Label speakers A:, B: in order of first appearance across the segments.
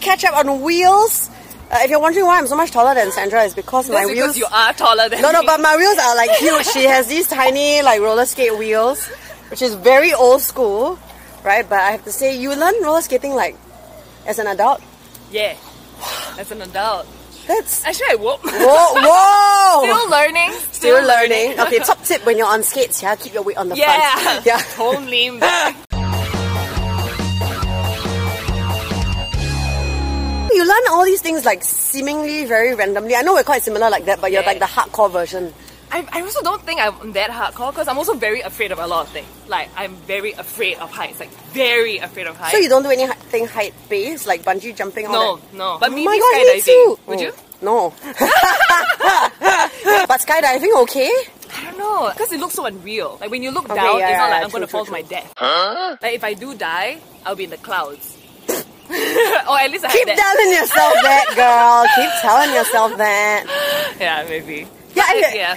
A: catch up on wheels. Uh, if you're wondering why I'm so much taller than Sandra, it's because my
B: That's
A: wheels.
B: because you are taller than
A: no, no,
B: me.
A: but my wheels are like huge. she has these tiny like roller skate wheels, which is very old school, right? But I have to say, you learn roller skating like as an adult.
B: yeah, as an adult.
A: That's
B: Actually, I whoop.
A: whoa, whoa.
B: Still learning. Still,
A: Still learning. Okay, top tip when you're on skates, yeah, keep your weight on the
B: Yeah.
A: front. Yeah.
B: Don't lean back.
A: You learn all these things like seemingly very randomly. I know we're quite similar like that, but you're
B: Yeah.
A: like the hardcore version.
B: I, I also don't think I'm that hardcore because I'm also very afraid of a lot of things. Like I'm very afraid of heights. Like very afraid of heights.
A: So you don't do anything height based, like bungee jumping. all
B: No,
A: that?
B: no. But
A: oh
B: maybe
A: my god, me
B: skydiving.
A: too.
B: Would
A: Oh,
B: you?
A: No. but skydiving, okay?
B: I don't know because it looks so unreal. Like when you look
A: Okay,
B: down,
A: yeah,
B: it's
A: yeah,
B: not like
A: yeah,
B: I'm gonna
A: true,
B: fall
A: true,
B: to my death. Like if I do die, I'll be in the clouds. or at least I
A: Keep
B: have that.
A: telling yourself that, girl. Keep telling yourself that.
B: Yeah, maybe.
A: Yeah, I,
B: yeah.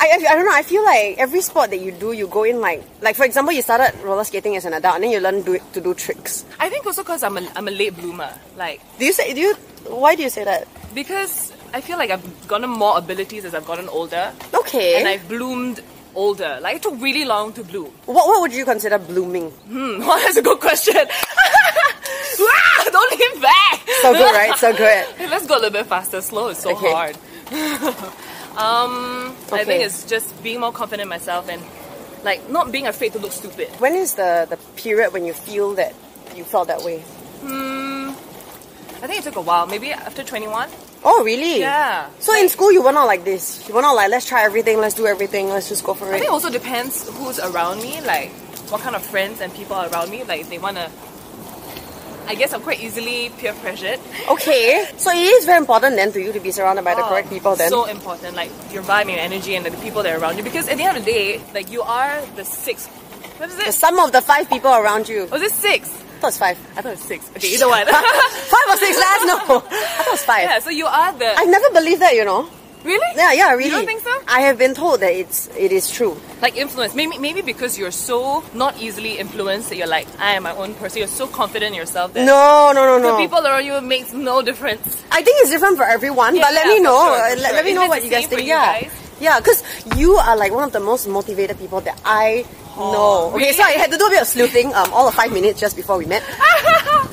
A: I, I, I don't know. I feel like every sport that you do, you go in like, like for example, you started roller skating as an adult, and then you learn do, to do tricks.
B: I think also because I'm a, I'm a late bloomer. Like
A: Do you say? Do you? Why do you say that?
B: because I feel like I've gotten more abilities as I've gotten older,
A: Okay.
B: and I've bloomed older. Like it took really long to bloom.
A: what What would you consider blooming?
B: Hmm, that's a good question. Wow, Don't lean back.
A: So good, right? So good.
B: Hey, let's go a little bit faster. Slow is so
A: Okay.
B: hard. um, I
A: Okay.
B: think it's just being more confident in myself and like not being afraid to look stupid.
A: When is the the period when you feel that you felt that way?
B: Hmm, I think it took a while, maybe after 21.
A: Oh, really?
B: Yeah.
A: So in school, you were not like this. You were not like, let's try everything, let's do everything, let's just go for
B: I
A: it.
B: think it also depends who's around me, like what kind of friends and people are around me. Like if they wanna, I guess I'm quite easily peer pressured.
A: Okay. So it is very important then to you to be surrounded by the
B: Oh,
A: correct people then.
B: So important, like your vibe, and your energy, and the people that are around you. Because at the end of the day, like you are the sixth. What is
A: The
B: it?
A: sum of the five people around you.
B: Was it six?
A: Plus five.
B: I thought it was six. Okay, either one.
A: five or six last? No. I thought it was five.
B: yeah, so you are the
A: I never believed that, you know.
B: really
A: Yeah, yeah, really.
B: You don't think so?
A: I have been told that it's it is true.
B: like influence. Maybe maybe because you're so not easily influenced that you're like I am my own person. You're so confident in yourself that
A: No, no, no, no.
B: the people around you makes no difference.
A: I think it's different for everyone,
B: Yeah,
A: but let
B: yeah,
A: me
B: for
A: know.
B: sure,
A: uh,
B: for
A: let, let
B: sure.
A: me
B: If
A: know
B: it's
A: what
B: the
A: you guys
B: same for
A: think.
B: you
A: yeah,
B: guys.
A: yeah, because you are like one of the most motivated people that I know. Okay, so I
B: really?
A: had to do a bit of sleuthing, um, all of five minutes just before we met,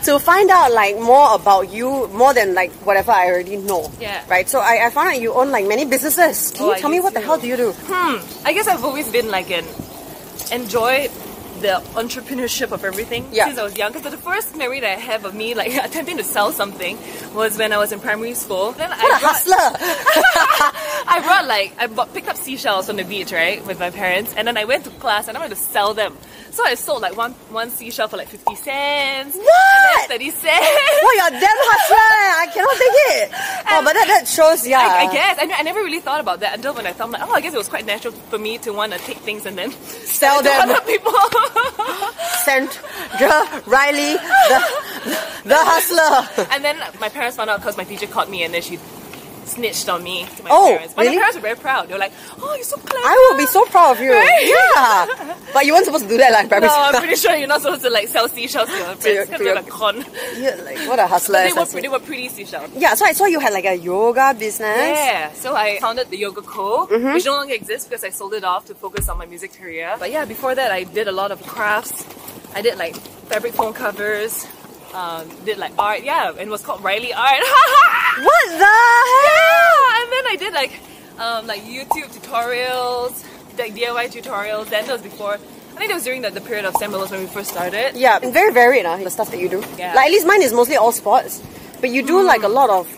A: to find out like more about you, more than like whatever I already know.
B: Yeah.
A: Right. So I, I found out you own like many businesses. Can
B: Oh,
A: you
B: I
A: tell me what
B: used
A: the
B: to.
A: hell do you do?
B: I guess I've always been like an enjoy the entrepreneurship of everything
A: Yeah.
B: since I was young. Because the first memory that I have of me like attempting to sell something was when I was in primary school. Then I
A: What a
B: brought-
A: hustler!
B: I brought like I bought, picked up seashells from the beach, right, with my parents, and then I went to class and I wanted to sell them. So I sold like one one seashell for like fifty cents,
A: What?
B: thirty cents.
A: Wow, Oh, you're a damn hustler! eh? I cannot take it. Oh,
B: And-
A: but that, that shows, yeah.
B: I, I guess I, ne- I never really thought about that until when I thought I'm like, oh, I guess it was quite natural for me to want to take things and then
A: Sell
B: to
A: them.
B: other people.
A: Sandra Riley, the, the hustler.
B: and then my parents found out because my teacher caught me, and then she snitched on me to my
A: Oh,
B: parents. But
A: really?
B: my parents were very proud. They were like, oh, you're so clever.
A: I will be so proud of you.
B: Right?
A: Yeah. But you weren't supposed to do that, like, primary
B: No, I'm
A: school.
B: pretty sure you're not supposed to like sell seashells to your friends
A: your-
B: because
A: to
B: they're
A: your-
B: a con.
A: Yeah, like, what a hustler.
B: They were,
A: assessment.
B: they were pretty seashells.
A: Yeah, so I saw you had like a yoga business.
B: Yeah, so I founded the Yoga Co,
A: Mm-hmm.
B: which no longer exists because I sold it off to focus on my music career. But yeah, before that, I did a lot of crafts. I did like fabric phone covers, um, did like art, yeah, and it was called Riley Art.
A: What the hell?
B: and then I did like um, like YouTube tutorials, like DIY tutorials. Then that was before. I think that was during the, the period of Sam Willows when we first started.
A: Yeah, very varied, uh, the stuff that you do.
B: Yeah. Hmm.
A: Like, at least mine is mostly all sports. But you do like a lot of,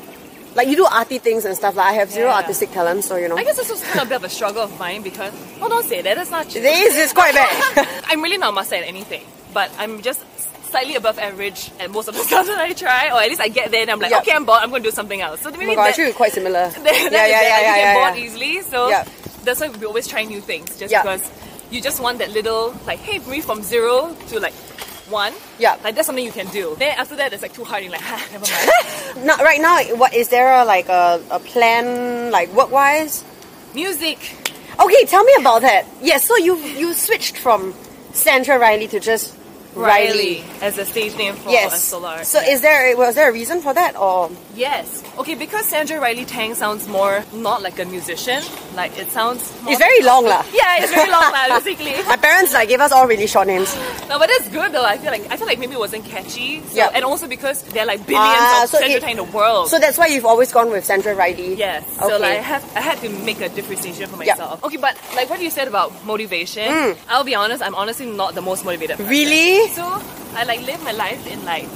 A: like, you do arty things and stuff. Like, I have zero
B: Yeah.
A: artistic talent, so you know.
B: I guess this was kind of a bit of a struggle of mine because, well, don't say that. That's not true.
A: This is quite bad. Oh
B: I'm really not a master at anything, but I'm just slightly above average at most of the stuff that I try, or at least I get there and I'm like,
A: Yup.
B: okay, I'm bored. I'm going to do something else. So
A: oh
B: maybe
A: my god,
B: that,
A: actually, we're quite similar.
B: that- that
A: yeah, yeah,
B: is that.
A: yeah,
B: Like,
A: yeah, yeah,
B: you get
A: yeah.
B: bored easily. So
A: Yup.
B: that's why we always try new things, just
A: Yup.
B: because you just want that little like, hey, me from zero to like one.
A: Yup.
B: like that's something you can do. Then after that, it's like too hard. You're like, ah, never mind.
A: No, right now, what is there a, like a, a plan, like work wise?
B: Music.
A: Okay, tell me about that. Yes, so you you switched from Sandra Riley to just Riley.
B: Riley Oh, as a stage name for a
A: yes.
B: solar.
A: So is there was there a reason for that
B: Oh,
A: or
B: Yes. Okay, because Sandra Riley Tang sounds more not like a musician, like it sounds. More
A: it's very long lah.
B: Yeah, it's very long, lah, basically.
A: My parents like gave us all really short names.
B: No, but that's good though. I feel like I feel like maybe it wasn't catchy. So,
A: Yep.
B: And also because there are like billions
A: Ah,
B: of
A: so
B: Sandra
A: it-
B: Tang in the world.
A: So that's why you've always gone with Sandra Riley.
B: Yes.
A: Okay.
B: So like I have I had to make a differentiation for myself. Okay, but like what you said about motivation,
A: Mm.
B: I'll be honest, I'm honestly not the most motivated. person.
A: really?
B: So I like live my life in like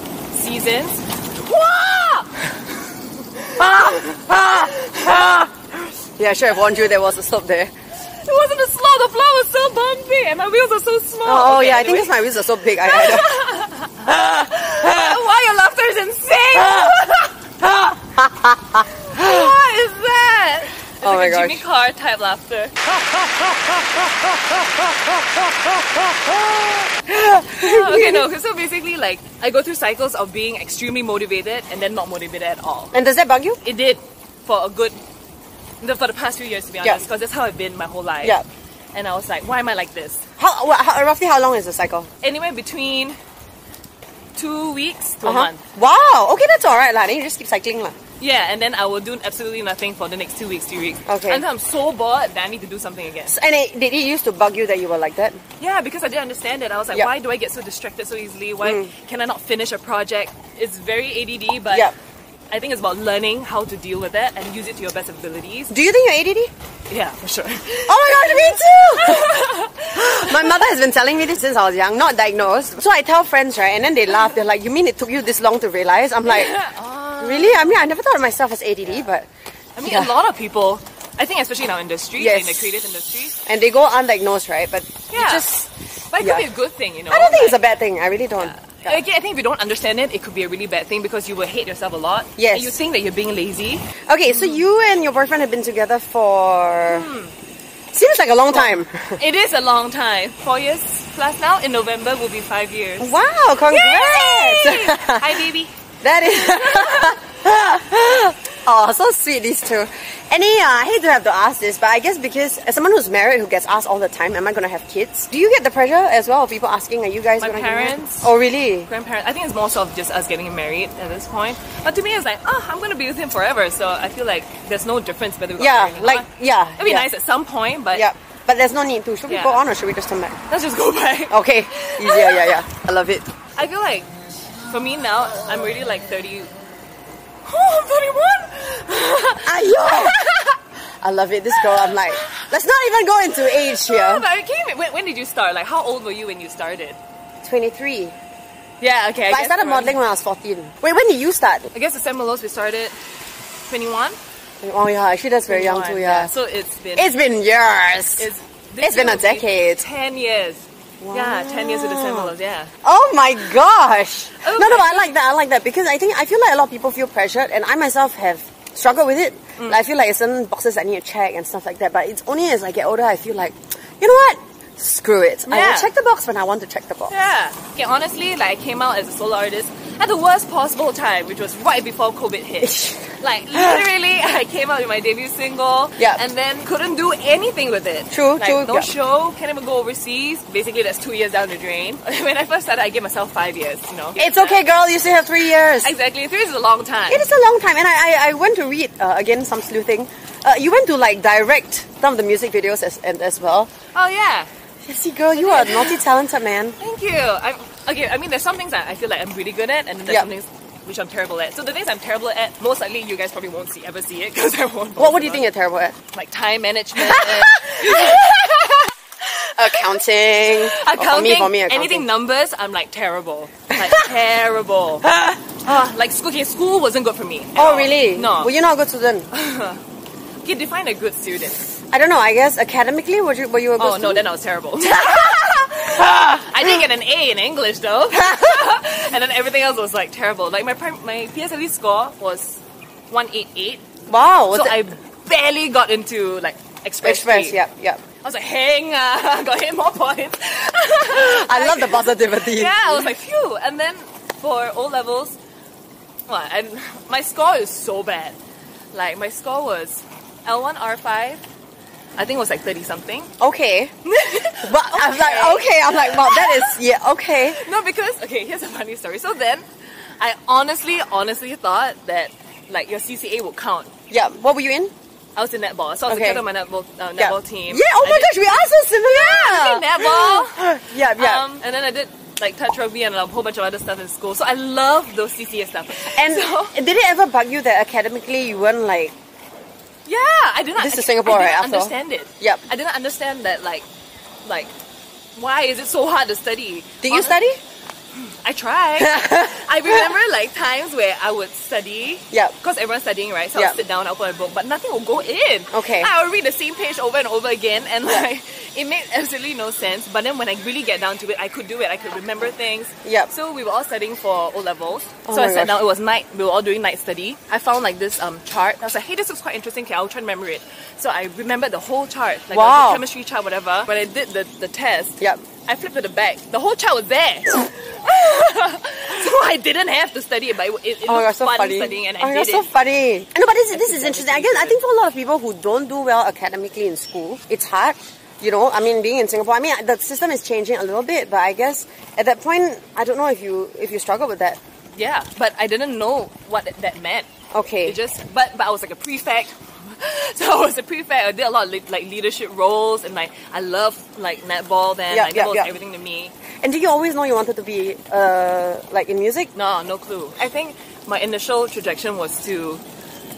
B: seasons. Wow!
A: Yeah, I should have warned you there was a slope there.
B: It wasn't a slow, the floor was so bumpy and my wheels are so small.
A: Oh, oh,
B: Okay,
A: yeah, I think
B: anyway.
A: that's my wheels are so big. I, I don't-
B: Why your laughter is insane? what is that? It's
A: Oh
B: like
A: my
B: a Jimmy Carr type laughter. okay, no. So basically, like I go through cycles of being extremely motivated and then not motivated at all.
A: and does that bug you?
B: It did for a good, the- for the past few years to be
A: Yeah.
B: honest, because that's how I've been my whole life.
A: Yeah.
B: And I was like, why am I like this?
A: How, wha- how roughly how long is the cycle?
B: Anywhere between two weeks to
A: Uh-huh.
B: a month.
A: Wow. Okay, that's all right, lah. Then you just keep cycling, lah.
B: Yeah, and then I will do absolutely nothing for the next two weeks, three weeks.
A: Okay.
B: Until I'm so bored that I need to do something again.
A: So- And it, did it used to bug you that you were like that?
B: Yeah, because I didn't understand it. I was like,
A: Yep.
B: why do I get so distracted so easily? Why
A: Mm.
B: can I not finish a project? It's very ADD, but
A: Yep.
B: I think it's about learning how to deal with it and use it to your best abilities.
A: Do you think you're ADD?
B: Yeah, for sure.
A: Oh my gosh, me too! my mother has been telling me this since I was young, not diagnosed. So I tell friends, right, and then they laugh. They're like, you mean it took you this long to realize? I'm like, really? I mean, I never thought of myself as ADD, but...
B: I mean,
A: Yeah.
B: a lot of people, I think especially in our industry,
A: Yes.
B: in the creative industry,
A: And they go undiagnosed, right? But you
B: Yeah.
A: just...
B: but it
A: Yeah.
B: could be a good thing, you know?
A: I don't think it's a bad thing. I really don't. Yeah.
B: Again, I think if you don't understand it, it could be a really bad thing because you will hate yourself a lot.
A: Yes.
B: And you think that you're being lazy.
A: Okay, so you and your boyfriend have been together for... Seems like a long time.
B: It is a long time. Four years plus now. In November will be five years.
A: Wow,
B: Yay!
A: congrats!
B: Hi, baby.
A: That is. oh, so sweet these two. Any, uh, I hate to have to ask this, but I guess because as someone who's married who gets asked all the time, am I gonna have kids? Do you get the pressure as well of people asking, are you guys
B: My
A: gonna get married?
B: parents.
A: Oh, really?
B: Grandparents. I think it's more so of just us getting married at this point. But to me, it's like, oh, I'm gonna be with him forever. So I feel like there's no difference whether we got
A: Yeah,
B: married or
A: like,
B: not.
A: yeah.
B: It'd be
A: yeah.
B: nice at some point, but
A: Yeah. But there's no need to. Should we
B: Yeah.
A: go on or should we just turn back?
B: let's just go back.
A: Okay. Easier, yeah, yeah. I love it.
B: I feel like for me now, I'm already like 30. Oh, I'm 31.
A: Ayo! I love it. This girl, I'm like, let's not even go into age
B: Oh,
A: here.
B: but I came. When, when did you start? Like, how old were you when you started?
A: 23.
B: Yeah. Okay.
A: But I started modeling when I was 14. Wait, when did you start?
B: I guess the Sam Malos, we started 21.
A: Oh, yeah, actually, that's very young too,
B: 21,
A: yeah.
B: So it's been.
A: It's been years.
B: it's,
A: it's been a
B: will be
A: decade.
B: 10 years. Yeah, 10 years with the Sam
A: Wow.
B: Malos, yeah.
A: oh my gosh.
B: Oh
A: no, no,
B: my
A: I like that. I like that because I think I feel like a lot of people feel pressured, and I myself have struggled with it. Like, I feel like there's certain boxes I need to check and stuff like that. But it's only as I get older I feel like, you know what? Screw it. I
B: Yeah.
A: will check the box when I want to check the box.
B: Yeah. Okay, honestly, like I came out as a solo artist at the worst possible time, which was right before COVID hit. like literally, I came out with my debut single,
A: Yeah.
B: and then couldn't do anything with it.
A: True,
B: like,
A: true,
B: No
A: yeah.
B: show, can't even go overseas. Basically, that's two years down the drain. when I first started, I gave myself five years. You know,
A: It's okay, girl. You still have three years.
B: Exactly, three years is a long time.
A: It is a long time, and I, I, I went to read uh, again some sleuthing. Uh, you went to like direct some of the music videos as and as well.
B: Oh yeah.
A: See, girl, you are a multi-talented man.
B: Thank you. I'm, okay, I mean, there's some things that I feel like I'm really good at, and then there's
A: Yeah.
B: some things which I'm terrible at. So the things I'm terrible at, most likely you guys probably won't see ever see it because I won't.
A: What, what do you think
B: post
A: you're terrible at?
B: it. Like time management,
A: Accounting. Oh,
B: accounting,
A: for me, for me, accounting.
B: anything numbers. I'm like terrible, like terrible. Ah, like school, okay, school wasn't good for me. at
A: Oh,
B: all.
A: really?
B: No.
A: Were you not a good student?
B: okay, define a good student.
A: I don't know. I guess academically, were you, were you a good
B: Oh no,
A: student?
B: then I was terrible. I did get an A in English though, and then everything else was like terrible. Like my prim- my PSLE E score was one eight eight,
A: Wow. Was
B: so
A: it-
B: I barely got into like express.
A: Express,
B: three.
A: yeah, yeah.
B: I was like, hang, uh, got hit more points.
A: I love the positivity.
B: yeah, I was like, phew. And then for O levels, well, and my score is so bad. Like my score was L one R five, I think it was like 30 something.
A: Okay. But I'm like, okay. I'm like, wow, that is, yeah, okay.
B: No, because okay, here's a funny story. So then, I honestly, honestly thought that like your CCA would count.
A: Yeah. What were you in?
B: I was in netball, so I was
A: Okay.
B: a kid on my netball uh, netball
A: Yeah.
B: team.
A: Yeah. Oh
B: I
A: my
B: did
A: gosh, we are so similar.
B: netball.
A: Yeah. Yeah.
B: Um, and then I did like touch rugby and a whole bunch of other stuff in school. So I love those CCA stuff.
A: and
B: so-
A: did it ever bug you that academically you weren't like?
B: Yeah, I did not.
A: This is
B: I-
A: Singapore,
B: I did
A: right,
B: not
A: after all?
B: understand it.
A: Yep.
B: I didn't understand that like, like, why is it so hard to study?
A: Did you
B: Honest-
A: study?
B: I tried. I remember like times where I would study.
A: Yep.
B: Because everyone's studying, right? So
A: Yep.
B: I'll sit down, I'll put a book, but nothing will go in.
A: Okay.
B: I will read the same page over and over again, and like it made absolutely no sense. But then when I really get down to it, I could do it. I could remember things.
A: Yep.
B: So we were all studying for O levels.
A: Oh
B: so I
A: my
B: sat
A: gosh.
B: down. It was night. We were all doing night study. I found like this um chart. I was like, hey, this looks quite interesting. Okay, I'll try and remember it. So I remembered the whole chart, like
A: Wow.
B: the chemistry chart, whatever. When I did the the test,
A: Yep.
B: I flipped to the back. The whole chart was there. so I didn't have to study it, but it, it
A: Oh my
B: looked
A: gosh, so
B: fun
A: funny.
B: studying, and
A: oh
B: I
A: my gosh,
B: did
A: so
B: it.
A: funny. No, but this, this is
B: think
A: interesting. I
B: everything
A: guess
B: is
A: I think for a lot of people who don't do well academically in school, it's hard. You know, I mean, being in Singapore, I mean, the system is changing a little bit, but I guess at that point, I don't know if you if you struggle with that.
B: Yeah, but I didn't know what that- that meant.
A: Okay.
B: It just, but but I was like a prefect, so I was a prefect. I did a lot of le- like leadership roles, and like I loved like netball. Then
A: Yeah,
B: like,
A: yeah,
B: netball
A: yeah.
B: was everything to me.
A: And did you always know you wanted to be uh like in music?
B: No, no clue. I think my initial trajectory was to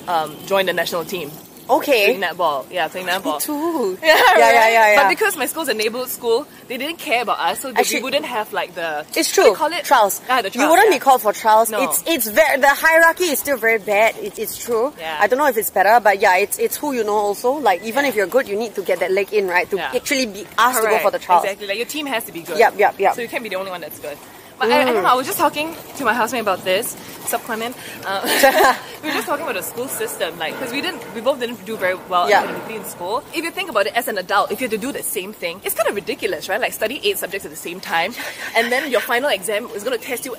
B: um, join the national team,
A: Okay.
B: playing netball. Yeah, playing netball.
A: Eh? Too. yeah,
B: Yeah, right?
A: yeah, yeah, yeah.
B: But because my school's a neighborhood school, they didn't care about us, so they,
A: Actually-
B: we wouldn't have like the
A: it's
B: what do
A: true.
B: you call it?
A: Trials.
B: Ah, the trials.
A: You wouldn't
B: yeah.
A: be called for trials.
B: No.
A: It's it's very the hierarchy is still very bad. It, it's true.
B: Yeah.
A: I don't know if it's better, but yeah, it's it's who you know also. Like even if you're good, you need to get that leg in right to
B: Yeah.
A: actually be asked to go
B: Correct.
A: for the trials.
B: Exactly. Like your team has to be good.
A: Yep, yep, yep.
B: So you can't be the only one that's good. But I, I don't know. I was just talking to my housemate about this. Sub Clement. Uh, we were just talking about the school system, like because we didn't, we both didn't do very well
A: Yeah.
B: academically in school. If you think about it, as an adult, if you had to do the same thing, it's kind of ridiculous, right? Like study eight subjects at the same time, and then your final exam is going to test you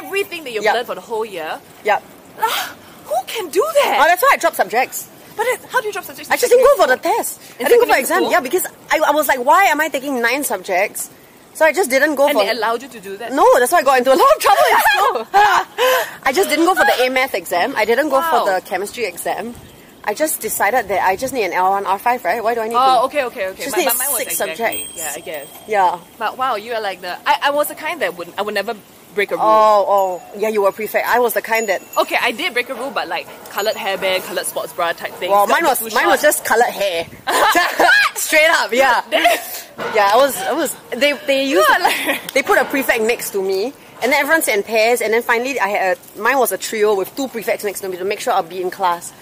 B: everything that you've
A: Yep.
B: learned for the whole year. Ah,
A: Yep.
B: Who can do
A: Oh,
B: that?
A: that's why I dropped subjects.
B: But it, how do you drop subjects?
A: I just didn't go for the test.
B: In
A: I didn't go for
B: secondary
A: exam.
B: school?
A: Yeah, because I, I was like, why am I taking nine subjects? So I just didn't go
B: and
A: for.
B: they allowed you to do that.
A: No, that's why I got into a lot of trouble in school. I just didn't go for the A math exam. I didn't go
B: Wow.
A: for the chemistry exam. I just decided that I just need an L1, R5, right? Why do I need to?
B: Oh, okay, okay, okay.
A: Just
B: My-
A: need
B: but mine was
A: six
B: exactly-
A: subjects.
B: Yeah, I guess.
A: Yeah.
B: But wow, you are like the. I, I was the kind that would I would never break a rule.
A: Oh, oh. Yeah, you were prefect. I was the kind that.
B: okay, I did break a rule, but like colored hairband, colored sports bra type thing.
A: Well,
B: Skirt
A: mine was
B: too
A: mine was
B: short.
A: just colored hair. Straight up, yeah. Yeah, I was I was they they used
B: God, like-
A: they put a prefect next to me and then everyone sat in pairs and then finally I had a, mine was a trio with two prefects next to me to make sure I'll be in class.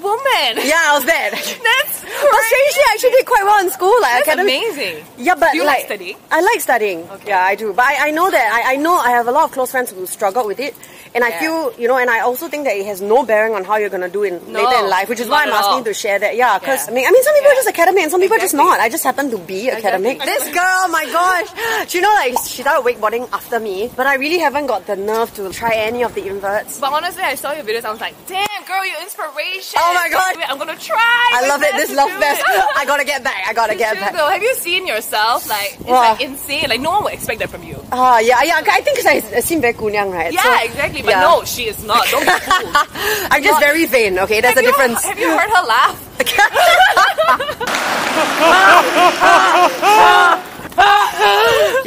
B: woman.
A: Yeah, I was there. But
B: That's
A: strangely I actually did quite well in school. Like
B: That's
A: academic-
B: amazing.
A: Yeah, but
B: Do you like
A: like,
B: studying?
A: I like studying.
B: Okay.
A: Yeah, I do. But I, I know that I, I know I have a lot of close friends who struggle with it, and I
B: Yeah.
A: feel you know, and I also think that it has no bearing on how you're gonna do in
B: No,
A: later in life, which is
B: not
A: why I'm
B: at
A: asking you
B: all.
A: to share that. Yeah, because
B: Yeah.
A: I mean, I mean, some people are
B: Yeah.
A: just academic and some people are just
B: Exactly.
A: not. I just happen to be academic.
B: Exactly.
A: This girl, my gosh, do you know like she started wakeboarding after me, but I really haven't got the nerve to try any of the inverts.
B: But honestly, I saw your videos. I was like, damn, girl, your inspiration.
A: Oh my God.
B: Wait, I'm gonna try.
A: I
B: my
A: love it.
B: best
A: This
B: to
A: love
B: do
A: fest.
B: it.
A: I gotta get back. I gotta
B: You
A: get
B: should
A: back.
B: though. Have you seen yourself? Like it's
A: Wow.
B: like insane. Like no one would expect that from you.
A: Ah, yeah, yeah. I think 'cause I, I seem very kunyang, right?
B: Yeah,
A: So-
B: exactly. But
A: yeah.
B: no, she is not. Don't be fooled.
A: I'm just
B: Not-
A: very vain, okay? There's
B: Have
A: a
B: you-
A: difference.
B: Have you heard her laugh?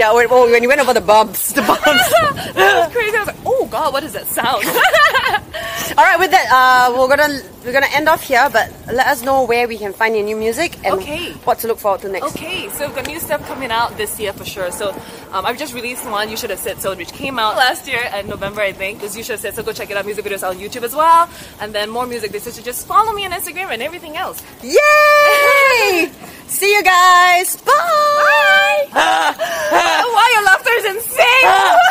A: yeah, when, oh, when you went over the bumps, the bumps.
B: that was crazy. I was like, oh god, what is that sound?
A: All right, with that, uh, we're gonna we're gonna end off here, but let us know where we can find your new music and
B: Okay.
A: what to look forward to next.
B: okay, so we've got new stuff coming out this year for sure. So um, I've just released one, You Should Have Said So, which came out last year in November, I think. Because You Should Have Said So, go check it out. Music videos on YouTube as well. And then more music videos. So just follow me on Instagram and everything else.
A: Yay! See you guys. Bye. Ah.
B: Why your laughter is insane!
A: Ah.